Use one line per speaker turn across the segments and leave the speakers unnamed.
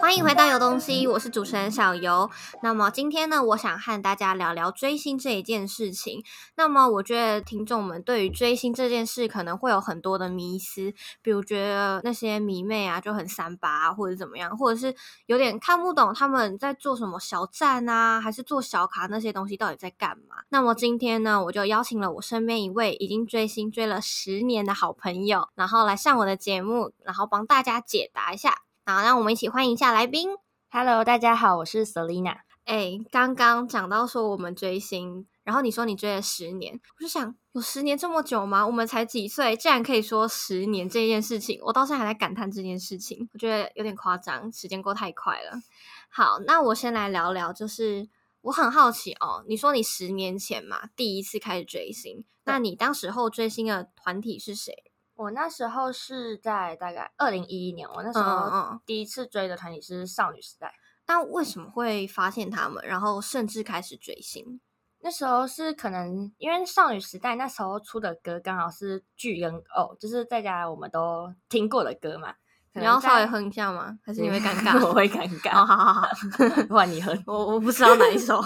欢迎回到有东西，我是主持人小游。那么今天呢，我想和大家聊聊追星这一件事情。那么我觉得听众们对于追星这件事可能会有很多的迷思，比如觉得那些迷妹啊就很三八、啊，或者怎么样，或者是有点看不懂他们在做什么小站啊，还是做小卡那些东西到底在干嘛。那么今天呢，我就邀请了我身边一位已经追星追了十年的好朋友，然后来上我的节目，然后帮大家解答一下。好，让我们一起欢迎一下来宾。
Hello，大家好，我是 Selina。
哎，刚刚讲到说我们追星，然后你说你追了十年，我就想有十年这么久吗？我们才几岁，竟然可以说十年这件事情，我到现在还在感叹这件事情，我觉得有点夸张，时间过太快了。好，那我先来聊聊，就是我很好奇哦，你说你十年前嘛，第一次开始追星，那你当时候追星的团体是谁？
我那时候是在大概二零一一年，我那时
嗯嗯
候
嗯
第一次追的团体是少女时代。
那为什么会发现他们，然后甚至开始追星？
那时候是可能因为少女时代那时候出的歌刚好是剧跟偶，就是大家我们都听过的歌嘛。可
你
能
要稍
在
微
嗯
哼一下吗？还是你会 尴
我
尬？
会尴
哦，
尬。
好好好，
换你哼。
我我不知道哪一首。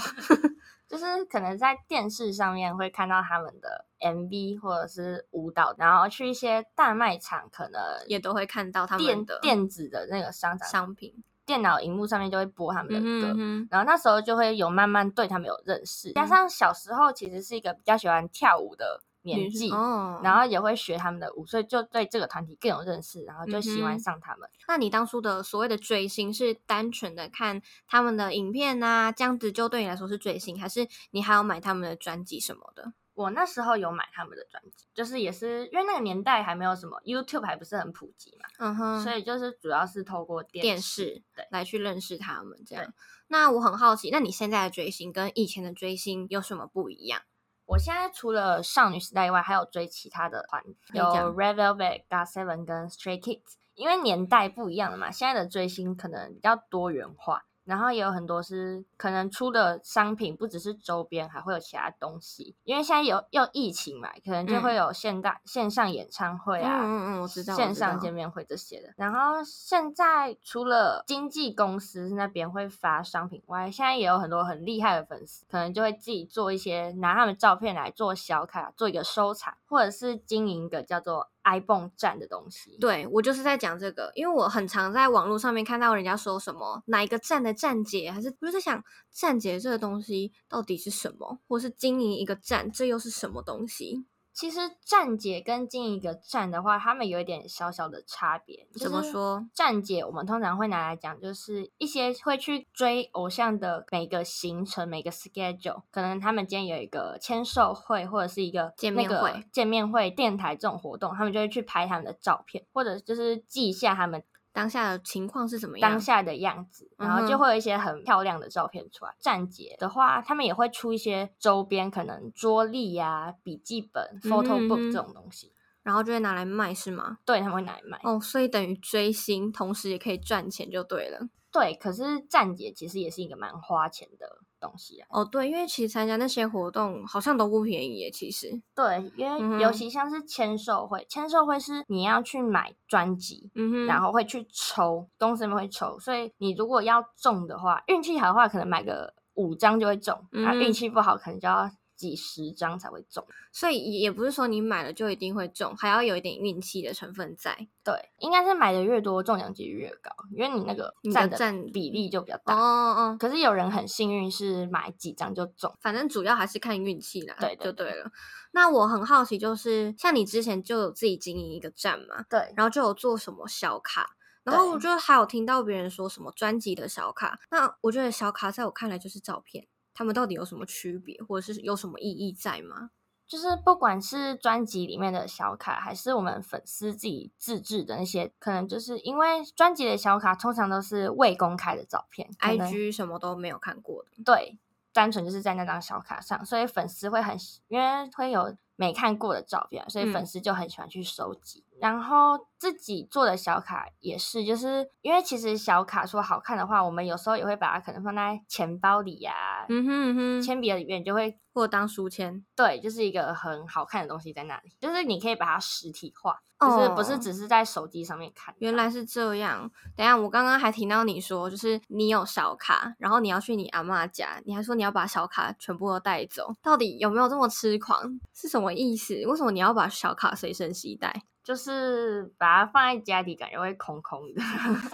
就是可能在电视上面会看到他们的 MV 或者是舞蹈，然后去一些大卖场，可能
也都会看到他
电
们的
电子的那个商场，
商品。
电脑荧幕上面就会播他们的歌。
嗯哼
然后那时候就会有慢慢对他们有认识，加
嗯
上小时候其实是一个比较喜欢跳舞的
女
年纪，
哦，
然后也会学他们的舞，所以就对这个团体更有认识，然后就喜
嗯哼
欢上他们。
那你当初的所谓的追星是单纯的看他们的影片啊，这样子就对你来说是追星，还是你还要买他们的专辑什么的？
我那时候有买他们的专辑，就是也是因为那个年代还没有什么 YouTube 还不是很普及嘛，
嗯哼，
所以就是主要是透过
电
电
视
对
来去认识他们这
对
样。那我很好奇，那你现在的追星跟以前的追星有什么不一样？
我现在除了少女时代以外，还有追其他的团，
可以
有
讲
Red Velvet、g o t Seven 跟 Stray Kids。因为年代不一样了嘛，现在的追星可能比较多元化，然后也有很多是可能出的商品不只是周边，还会有其他东西。因为现在有又疫情嘛，可能就会有现大、线上演唱会
嗯
啊，
嗯嗯嗯，我知道，我
线
知
上
道
见面会这些的。然后现在除了经纪公司那边会发商品外，现在也有很多很厉害的粉丝，可能就会自己做一些拿他们照片来做小卡，做一个收藏，或者是经营一个叫做 iPhone 站的东西。，
对我就是在讲这个，因为我很常在网络上面看到人家说什么哪一个站的站姐，还是我就在想站姐这个东西到底是什么，或是经营一个站这又是什么东西？
其实站姐跟经营一个站的话，他们有一点小小的差别。
怎么？说？
站姐，我们通常会拿来讲，就是一些会去追偶像的每个行程、每个 schedule，可能他们今天有一个签售会或者是一个
见
那
面
个
会
见面会、电台这种活动，他们就会去拍他们的照片，或者就是记一下他们
当下的情况是怎么样？
当下的样子，然后
嗯
就
哼
会有一些很漂亮的照片出来。站姐的话，他们也会出一些周边，可能桌历呀、笔记本、photo
嗯
book 这
哼
种东西，
然后就会拿来卖是吗？
对，他们会拿来卖。
哦，所以等于追星，同时也可以赚钱就对了。
对，可是站姐其实也是一个蛮花钱的东西啊。
哦，对，因为其实参加那些活动好像都不便宜耶，其实。
对，因
嗯
为尤
哼
其像是签售会，签售会是你要去买专辑，
嗯哼，
然后会去抽，公司们会抽，所以你如果要中的话，运气好的话可能买个五张就会中，那、
嗯
运气不好可能就要几十张才会中。
所以也不是说你买了就一定会中，还要有一点运气的成分在。
对，应该是买的越多，中奖几率越高，因为你那个
你的
占的
占
比例就比较
哦
大。
哦，哦
可是有人很幸运是买几张就中，
反正主要还是看运气啦，
对对
就
对
对了。那我很好奇，就是像你之前就有自己经营一个站嘛，
对，
然后就有做什么小卡，然后我
对
就还有听到别人说什么专辑的小卡。那我觉得小卡在我看来就是照片，他们到底有什么区别，或者是有什么意义在吗？
就是不管是专辑里面的小卡，还是我们粉丝自己自制的那些，可能就是因为专辑的小卡通常都是未公开的照片可能
？IG 什么都没有看过的，
对，单纯就是在那张小卡上，所以粉丝会很喜因为会有没看过的照片，所以
嗯
粉丝就很喜欢去收集。然后自己做的小卡也是，就是因为其实小卡说好看的话，我们有时候也会把它可能放在钱包里呀、
嗯哼嗯哼，
铅笔的里面，就会
或当书签，
对，就是一个很好看的东西在那里，就是你可以把它实体化，就是不是
哦
只是在手机上面看到。
原来是这样。等一下，我刚刚还听到你说，就是你有小卡，然后你要去你阿嬷家，你还说你要把小卡全部都带走，到底有没有这么痴狂？是什么意思？为什么你要把小卡随身携带？
就是把它放在家里，感觉会空空 的。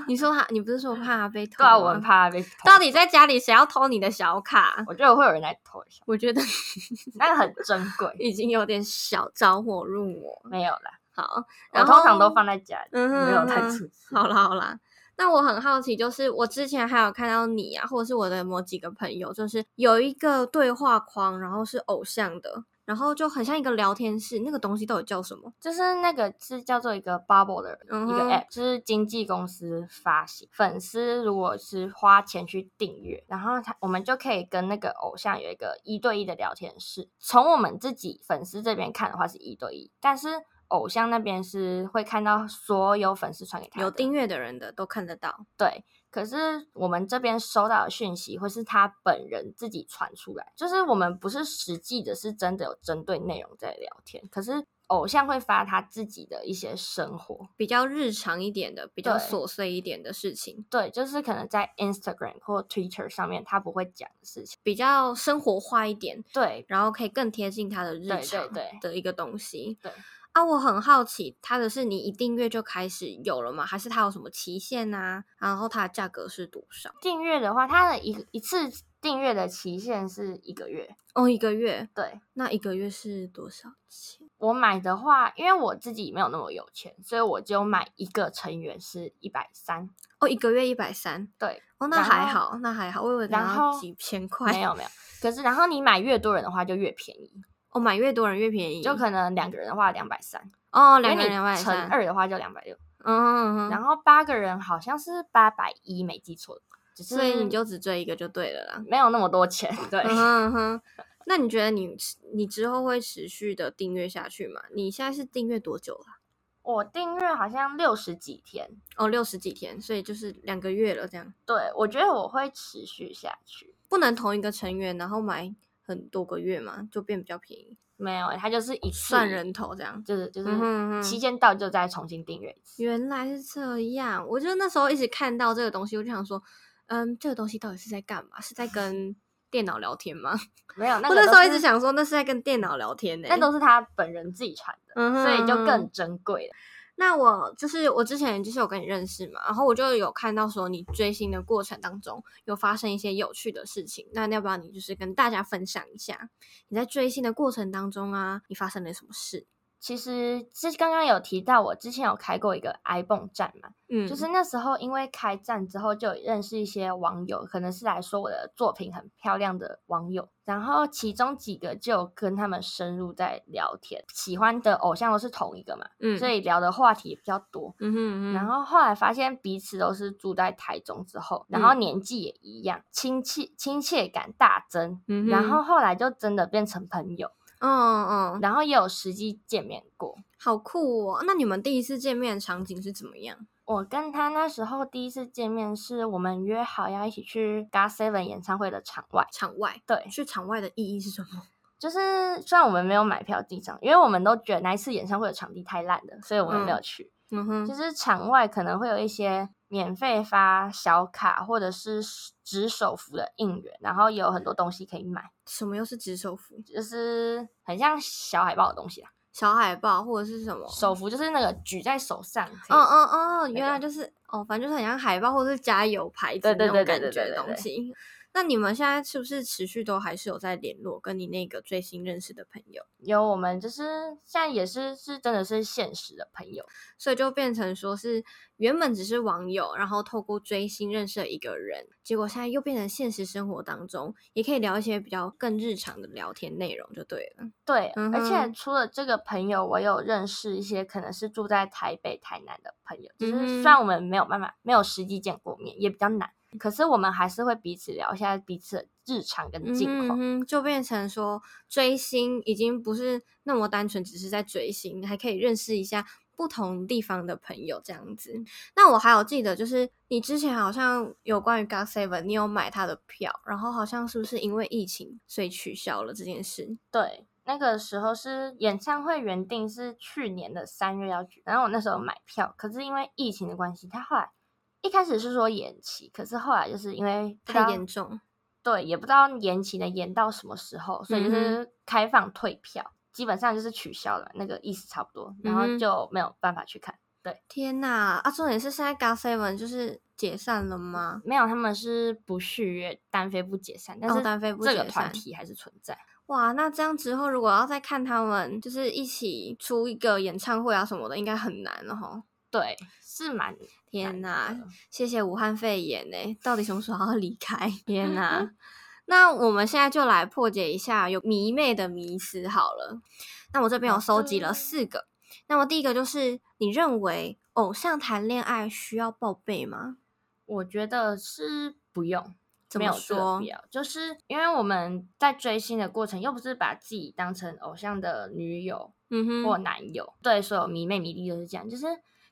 你说他，你不是说怕他被偷？
对啊，我很。怕它被偷。
哦到底在家里谁要偷你的小卡？
我觉得会有人来偷一下，
我觉得
那个很珍贵。
已经有点小着火入魔。
没有啦，
好，
我
然后
通常都放在家里，
嗯哼
没有
嗯
太
哼
出去。
好啦好啦，那我很好奇，就是我之前还有看到你啊，或者是我的某几个朋友，就是有一个对话框，然后是偶像的，然后就很像一个聊天室，那个东西到底叫什么？
就是那个是叫做一个 Bubble 的
嗯
一个
哼
app，、就是经纪公司发行，粉丝如果是花钱去订阅，然后他我们就可以跟那个偶像有一个一对一的聊天室。从我们自己粉丝这边看的话是一对一，但是偶像那边是会看到所有粉丝传给他
有
的
订阅的人的都看得到。
对，可是我们这边收到的讯息会是他本人自己传出来，就是我们不是实际的，是真的有针对内容在聊天。可是偶像会发他自己的一些生活，
比较日常一点的，比较
对
琐碎一点的事情，
对，就是可能在 Instagram 或 Twitter 上面他不会讲的事情。
比较生活化一点，
对，
然后可以更贴近他的日
对对
常
对
的一个东西。
对
啊，我很好奇，它的是你一订阅就开始有了吗？还是它有什么期限啊？然后它的价格是多少？
订阅的话，他的一一次订阅的期限是一个月。
哦，一个月，
对，
那一个月是多少钱？
我买的话，因为我自己没有那么有钱，所以我就买一个成员是一百三。
哦，一个月一百三。
对，
哦，那
然
还
后
好，那还好，我以为可能
然
要
后
几千块。
没有没有。可是然后你买越多人的话就越便宜，
哦，买越多人越便宜，
就可能两个人的话两百三，
哦，
因
两
为
个
你
人两百
乘
三，
二的话就两百六，
嗯，嗯嗯，
然后八个人好像是八百一，没记错，只是
所以你就只追一个就对了啦。
没有那么多钱，对。
嗯哼嗯哼，那你觉得你你之后会持续的订阅下去吗？你现在是订阅多久了？
我订阅好像六十几天，
哦，六十几天，所以就是两个月了，这样
对我觉得我会持续下去。
不能同一个成员然后买很多个月嘛，就变比较便宜，
没有，它就是一次
哦算人，头这样。
就是就
嗯哼嗯
是
哼
期间到就再重新订阅一次。
原来是这样，我就那时候一直看到这个东西，我就想说，嗯，这个东西到底是在干嘛？是在 跟电脑聊天吗？
没有，那
我
个
那
都
时候一
是
直，想说，那是在跟电脑聊天呢、
那都是他本人自己传的，
嗯哼
所以就
嗯哼
更珍贵了。
那我就是我之前就是有跟你认识嘛，然后我就有看到说你追星的过程当中有发生一些有趣的事情，那要不要你就是跟大家分享一下你在追星的过程当中啊，你发生了什么事？
其实是刚刚有提到，我之前有开过一个 iPhone 站嘛，
嗯，
就是那时候因为开站之后，就有认识一些网友，可能是来说我的作品很漂亮的网友，然后其中几个就有跟他们深入在聊天，喜欢的偶像都是同一个嘛，
嗯，
所
以
以聊的话题也比较多。
嗯哼嗯哼，
然后后来发现彼此都是住在台中之后，然
嗯
后年纪也一样，亲切亲切感大增，
嗯
然
哼
后后来就真的变成朋友，
嗯嗯，嗯
然后也有实际见面过。
好酷哦！那你们第一次见面的场景是怎么样？
我跟他那时候第一次见面是我们约好要一起去 GOT7 Seven 演唱会的场外，
场外
对，
去场外的意义是什么？
就是虽然我们没有买票进场，因为我们都觉得那一次演唱会的场地太烂了，所以我们没有去。
嗯哼，
就是场外可能会有一些免费发小卡或者是纸手幅的应援，然后也有很多东西可以买，
什么又是纸手服、
就是很像小海报的东西啊。
小海报或者是什么？
手幅就是那个举在手上，可
哦
以
哦哦，
那
原来
个
就是哦，反正就是很像海报或者是加油牌子
对
那
对
种
对
感
对对
觉
对
的
对
东西。那你们现在是不是持续都还是有在联络，跟你那个最新认识的朋友？
有我们就是现在也是是真的是现实的朋友。
所以就变成说是原本只是网友，然后透过追星认识了一个人，结果现在又变成现实生活当中也可以聊一些比较更日常的聊天内容，就对了。
对，而且
嗯哼
除了这个朋友，我有认识一些可能是住在台北、台南的朋友，就是
嗯哼
虽然我们没有办法没有实际见过面，也比较难，可是我们还是会彼此聊一下彼此的日常跟近
嗯
况。
哼，就变成说追星已经不是那么单纯，只是在追星，还可以认识一下不同地方的朋友这样子。那我还有记得，就是你之前好像有关于 God Seven，你有买他的票，然后好像是不是因为疫情所以取消了这件事？
对，那个时候是演唱会原定是去年的三月要举，然后我那时候买票，可是因为疫情的关系，他后来一开始是说延期，可是后来就是因为不知
太
道
严重，
对，也不知道延期能延到什么时候，所以就
嗯
是开放退票，基本上就是取消了，那个意思差不多，然
嗯
后
哼
就没有办法去看。
天呐！啊，重点是现在 God Seven 就是解散了吗？
没有，他们是不续约，单飞不解散，但
哦
是
单飞不
这个
解
团
散
体还是存在。
哇，那这样之后如果要再看他们，就是一起出一个演唱会啊什么的，应该很难了哈。
对，是蛮
天
难
呐
的，
谢谢武汉肺炎呢、到底什么时候要离开？ 天 呐！那我们现在就来破解一下有迷妹的迷思好了。那我这边有
好
收集了
的
四个。那么第一个就是，你认为偶像谈恋爱需要报备吗？
我觉得是不用，
怎
没
么
有这个
说
必？要，就是因为我们在追星的过程，又不是把自己当成偶像的女友
嗯哼，
或男友，对所有迷妹迷弟都是这样，就是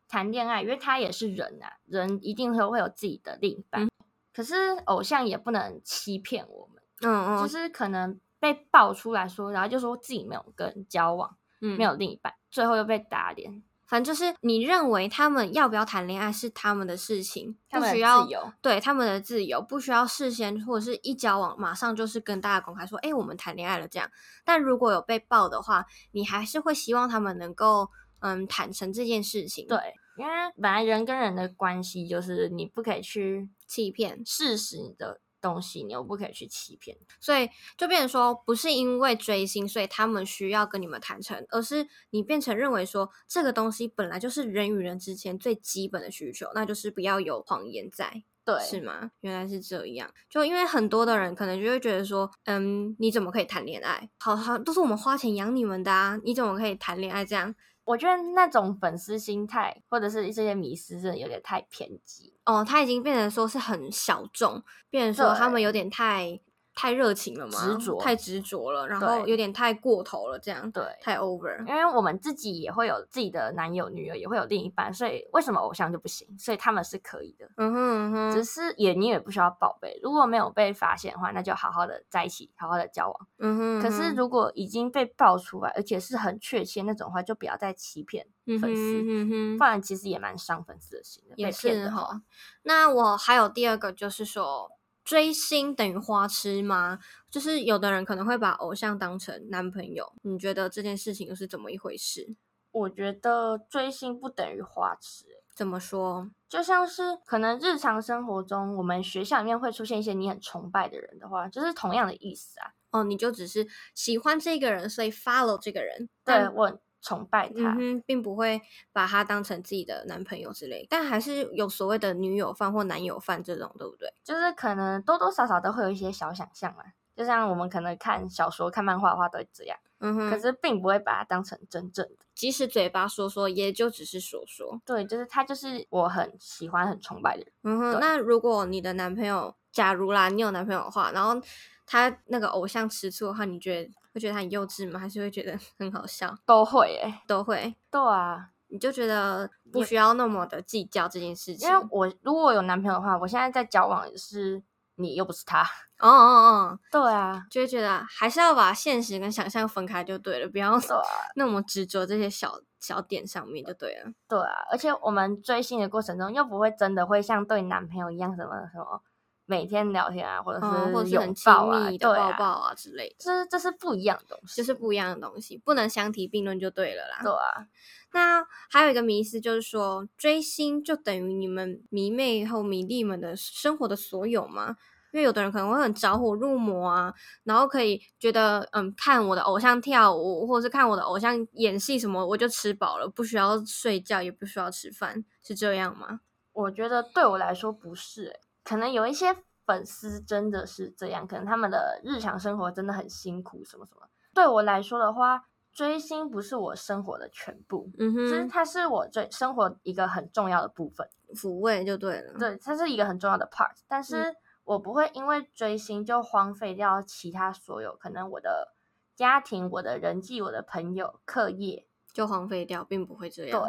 谈恋爱，因为他也是人啊，人一定会会有自己的另一半，可是偶像也不能欺骗我们，
嗯
就
嗯
是可能被爆出来说，然后就说自己没有跟人交往，
嗯，
没。有另一半，最后又被打脸，
反正就是你认为他们要不要谈恋爱是他们的事情，
他
不
们的
需要
自由。
对他们的自由，不需要事先或者是一交往马上就是跟大家公开说，哎、我们谈恋爱了这样。但如果有被爆的话，你还是会希望他们能够嗯坦诚这件事情，，
对，因为本来人跟人的关系就是你不可以去
欺骗，
事实你的东西，你又不可以去欺骗。
所以就变成说，不是因为追星，所以他们需要跟你们坦诚，而是你变成认为说这个东西本来就是人与人之间最基本的需求，那就是不要有谎言在。
对，
是吗？原来是这样，就因为很多的人可能就会觉得说，嗯，你怎么可以谈恋爱？好好都是我们花钱养你们的啊，你怎么可以谈恋爱这样？
我觉得那种粉丝心态或者是这些迷失，真的有点太偏激。
哦，他已经变成说是很小众，变成说他们
对
有点太太热情了嘛，
执着
太执着了，然后
对
有点太过头了，这样
对，
太 over。
因为我们自己也会有自己的男友、女友，也会有另一半，所以为什么偶像就不行？所以他们是可以的。
嗯哼嗯
只
哼，
是也你也不需要报备，如果没有被发现的话，那就好好的在一起，好好的交往。
嗯哼。
可是如果已经被爆出来，而且是很确切那种的话，就不要再欺骗
嗯
粉丝，
哼嗯
不
哼，
然其实也蛮伤粉丝的心的。
也
被骗
是
的话，
哈。那我还有第二个，就是说追星等于花痴吗？就是有的人可能会把偶像当成男朋友，你觉得这件事情又是怎么一回事？
我觉得追星不等于花痴、欸
怎么说？
就像是可能日常生活中，我们学校里面会出现一些你很崇拜的人的话，就是同样的意思啊。
哦，你就只是喜欢这个人，所以 follow 这个人，
对
但
我很崇拜他，
嗯哼，并不会把他当成自己的男朋友之类，但还是有所谓的女友范或男友范这种，对不对？
就是可能多多少少都会有一些小想象嘛。就像我们可能看小说、看漫画的话都会这样，
嗯哼，
可是并不会把它当成真正的。
即使嘴巴说说，也就只是说说。
对，就是他就是我很喜欢、很崇拜的人。
嗯哼，
对
那如果你的男朋友，假如啦，你有男朋友的话，然后他那个偶像吃醋的话，你觉得会觉得他很幼稚吗？还是会觉得很好笑？
都会诶、
都会，
对啊，
你就觉得不需要那么的计较这件事情。
因为我如果我有男朋友的话，我现在在交往也是你，又不是他。
哦哦哦，
对啊，
就会觉得还是要把现实跟想象分开就对了，不要
对啊，
那么执着这些小小点上面就对了。
对啊，而且我们追星的过程中，又不会真的会像对男朋友一样什么什么每天聊天啊，或者
嗯，或者是
拥
很亲
抱啊，
密的
对
抱
啊，
抱啊之类的，
这这是不一样的东西，
就是不一样的东西，不能相提并论就对了啦。
对啊，
那还有一个迷思就是说，追星就等于你们迷妹和迷弟们的生活的所有吗？因为有的人可能会很着火入魔啊，然后可以觉得，嗯，看我的偶像跳舞，或者是看我的偶像演戏什么，我就吃饱了，不需要睡觉，也不需要吃饭，是这样吗？
我觉得对我来说不是、欸，可能有一些粉丝真的是这样，可能他们的日常生活真的很辛苦，什么什么。对我来说的话，追星不是我生活的全部，
嗯
其实
哼，
它是我最生活一个很重要的部分。
抚慰就对了。
对，它是一个很重要的 part，但
嗯
是我不会因为追星就荒废掉其他所有可能我的家庭、我的人际、我的朋友、课业，
就荒废掉，并不会这
对
样。，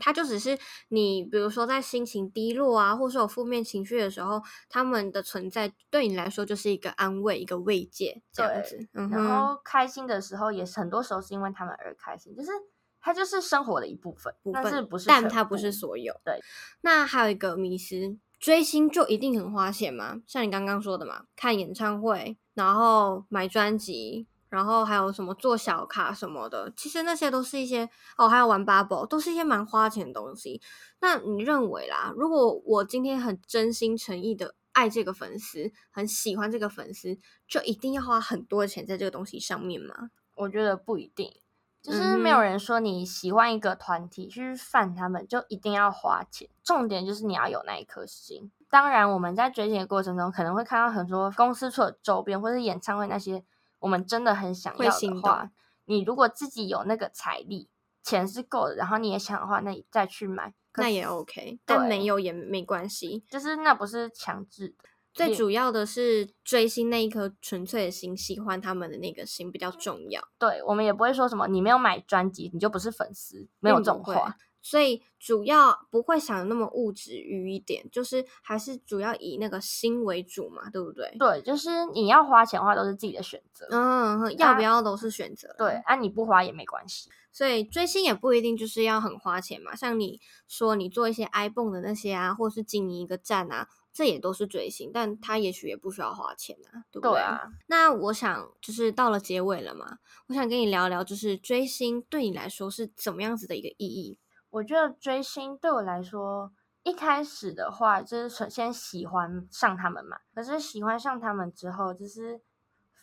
它就只是你，比如说在心情低落啊，或是有负面情绪的时候，他们的存在对你来说就是一个安慰，一个慰藉，这样
对
子。嗯
然
哼，
后开心的时候也是很多时候是因为他们而开心，就是它就是生活的一部分，
部
但是
分
不是
但
全
它不是
部
所有。
对。
那还有一个迷失，追星就一定很花钱吗？像你刚刚说的嘛，看演唱会，然后买专辑。然后还有什么做小卡什么的，其实那些都是一些哦，还有玩 bubble，都是一些蛮花钱的东西。那你认为啦，如果我今天很真心诚意的爱这个粉丝，很喜欢这个粉丝，就一定要花很多的钱在这个东西上面吗？
我觉得不一定，就是没有
嗯哼
人说你喜欢一个团体去犯他们就一定要花钱，重点就是你要有那一颗心。当然，我们在追星的过程中可能会看到很多公司出的周边或是演唱会那些，我们真的很想
会
要
心
的话
动，
你如果自己有那个财力，钱是够的，然后你也想的话，那你再去买。可
那
是
也 OK，但
对
没有也没关系。
就是那不是强制的，
最
也
主要的是追星那一颗纯粹的心，喜欢他们的那个心比较重要。
对我们也不会说什么你没有买专辑你就不是粉丝，没有
并
这种
不会
话。
所以主要不会想得那么物质于一点，就是还是主要以那个心为主嘛，对不对？
对，就是你要花钱的话都是自己的选择。
嗯，要不
啊
要都是选择。
对，，啊，你不花也没关系。
所以追星也不一定就是要很花钱嘛，像你说你做一些 iPhone 的那些啊，或是经营一个站啊，这也都是追星，但他也许也不需要花钱啊，对不
对啊，
那我想就是到了结尾了嘛，我想跟你聊聊，就是追星对你来说是怎么样子的一个意义？
我觉得追星对我来说，一开始的话就是首先喜欢上他们嘛，可是喜欢上他们之后，就是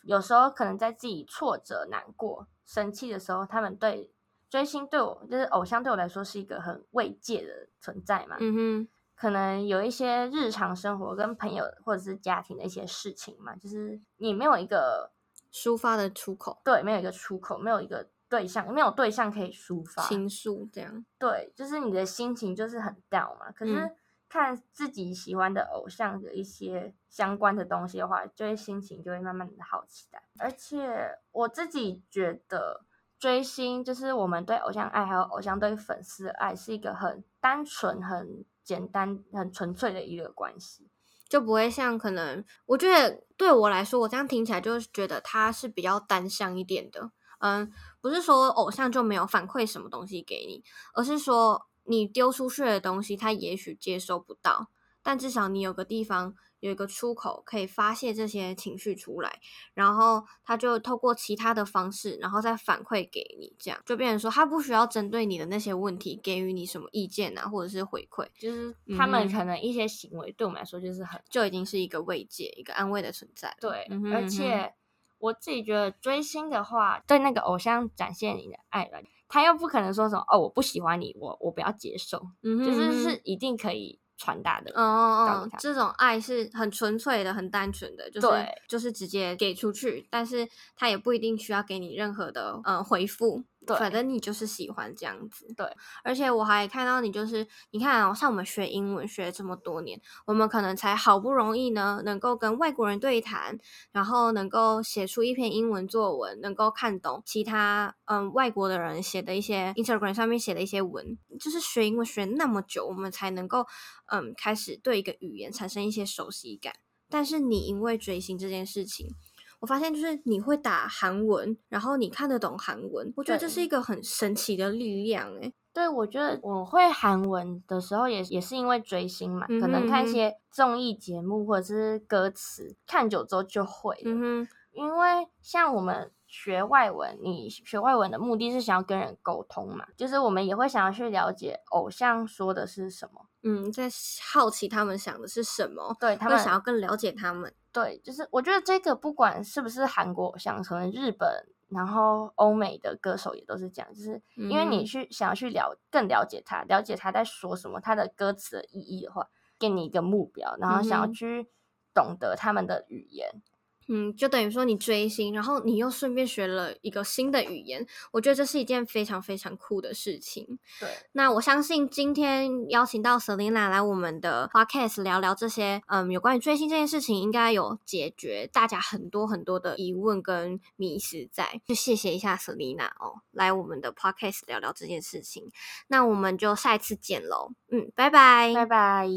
有时候可能在自己挫折、难过、生气的时候，他们对追星对我就是偶像对我来说是一个很慰藉的存在嘛。
嗯
可能有一些日常生活跟朋友或者是家庭的一些事情嘛，就是你没有一个
哼，抒发的出口、
对，没有一个出口，没有一个对象，没有对象可以抒发，
倾诉这样。
对，就是你的心情就是很 down 嘛。可
嗯
是看自己喜欢的偶像的一些相关的东西的话，就会心情就会慢慢的好起来。而且我自己觉得追星就是我们对偶像爱还有偶像对粉丝的爱是一个很单纯、很简单、很纯粹的一个关系。
就不会像可能，我觉得对我来说，我这样听起来就是觉得它是比较单向一点的。嗯，不是说偶像就没有反馈什么东西给你，而是说你丢出去的东西，他也许接收不到，但至少你有个地方有一个出口可以发泄这些情绪出来，然后他就透过其他的方式，然后再反馈给你，这样就变成说他不需要针对你的那些问题给予你什么意见啊，或者是回馈，
就是他们
嗯哼
可能一些行为对我们来说就是很
就已经是一个慰藉、一个安慰的存在了。
对，
嗯哼
而
嗯
且我自己觉得追星的话，对那个偶像展现你的爱吧，他又不可能说什么哦，我不喜欢你，我我不要接受，
嗯哼，
就是
嗯
是一定可以传达的。
哼，哦
照
哦
顾
哦
他，
这种爱是很纯粹的、很单纯的，就是
对
就是直接给出去，但是他也不一定需要给你任何的呃回复。
对
反正你就是喜欢这样子。
对，
而且我还看到你，就是你看哦，像我们学英文学这么多年，我们可能才好不容易呢，能够跟外国人对谈，然后能够写出一篇英文作文，能够看懂其他嗯外国的人写的一些 Instagram 上面写的一些文，就是学英文学那么久，我们才能够嗯开始对一个语言产生一些熟悉感。但是你因为追星这件事情。我发现就是你会打韩文，然后你看得懂韩文，我觉得这
对
是一个很神奇的力量欸诶、
对，我觉得我会韩文的时候也也是因为追星嘛，可能看
嗯哼嗯
一
哼
些综艺节目或者是歌词，看久之后就会了。
嗯哼，
因为像我们学外文，你学外文的目的是想要跟人沟通嘛，就是我们也会想要去了解偶像说的是什么，
嗯，在好奇他们想的是什么，
对他
会
们
想要更了解他们。
对，就是我觉得这个不管是不是韩国偶像，可能日本，然后欧美的歌手也都是这样，就是因为
嗯
你去想要去了更了解他，了解他在说什么，他的歌词的意义的话，给你一个目标，然后想
嗯
要
哼
去懂得他们的语言，
嗯，就等于说你追星，然后你又顺便学了一个新的语言，我觉得这是一件非常非常酷的事情。
对，
那我相信今天邀请到 Selina 来我们的 podcast 聊聊这些，嗯，有关于追星这件事情，应该有解决大家很多很多的疑问跟迷思在。就谢谢一下 Selina 哦，来我们的 podcast 聊聊这件事情。那我们就下一次见喽，嗯，拜拜，
拜拜。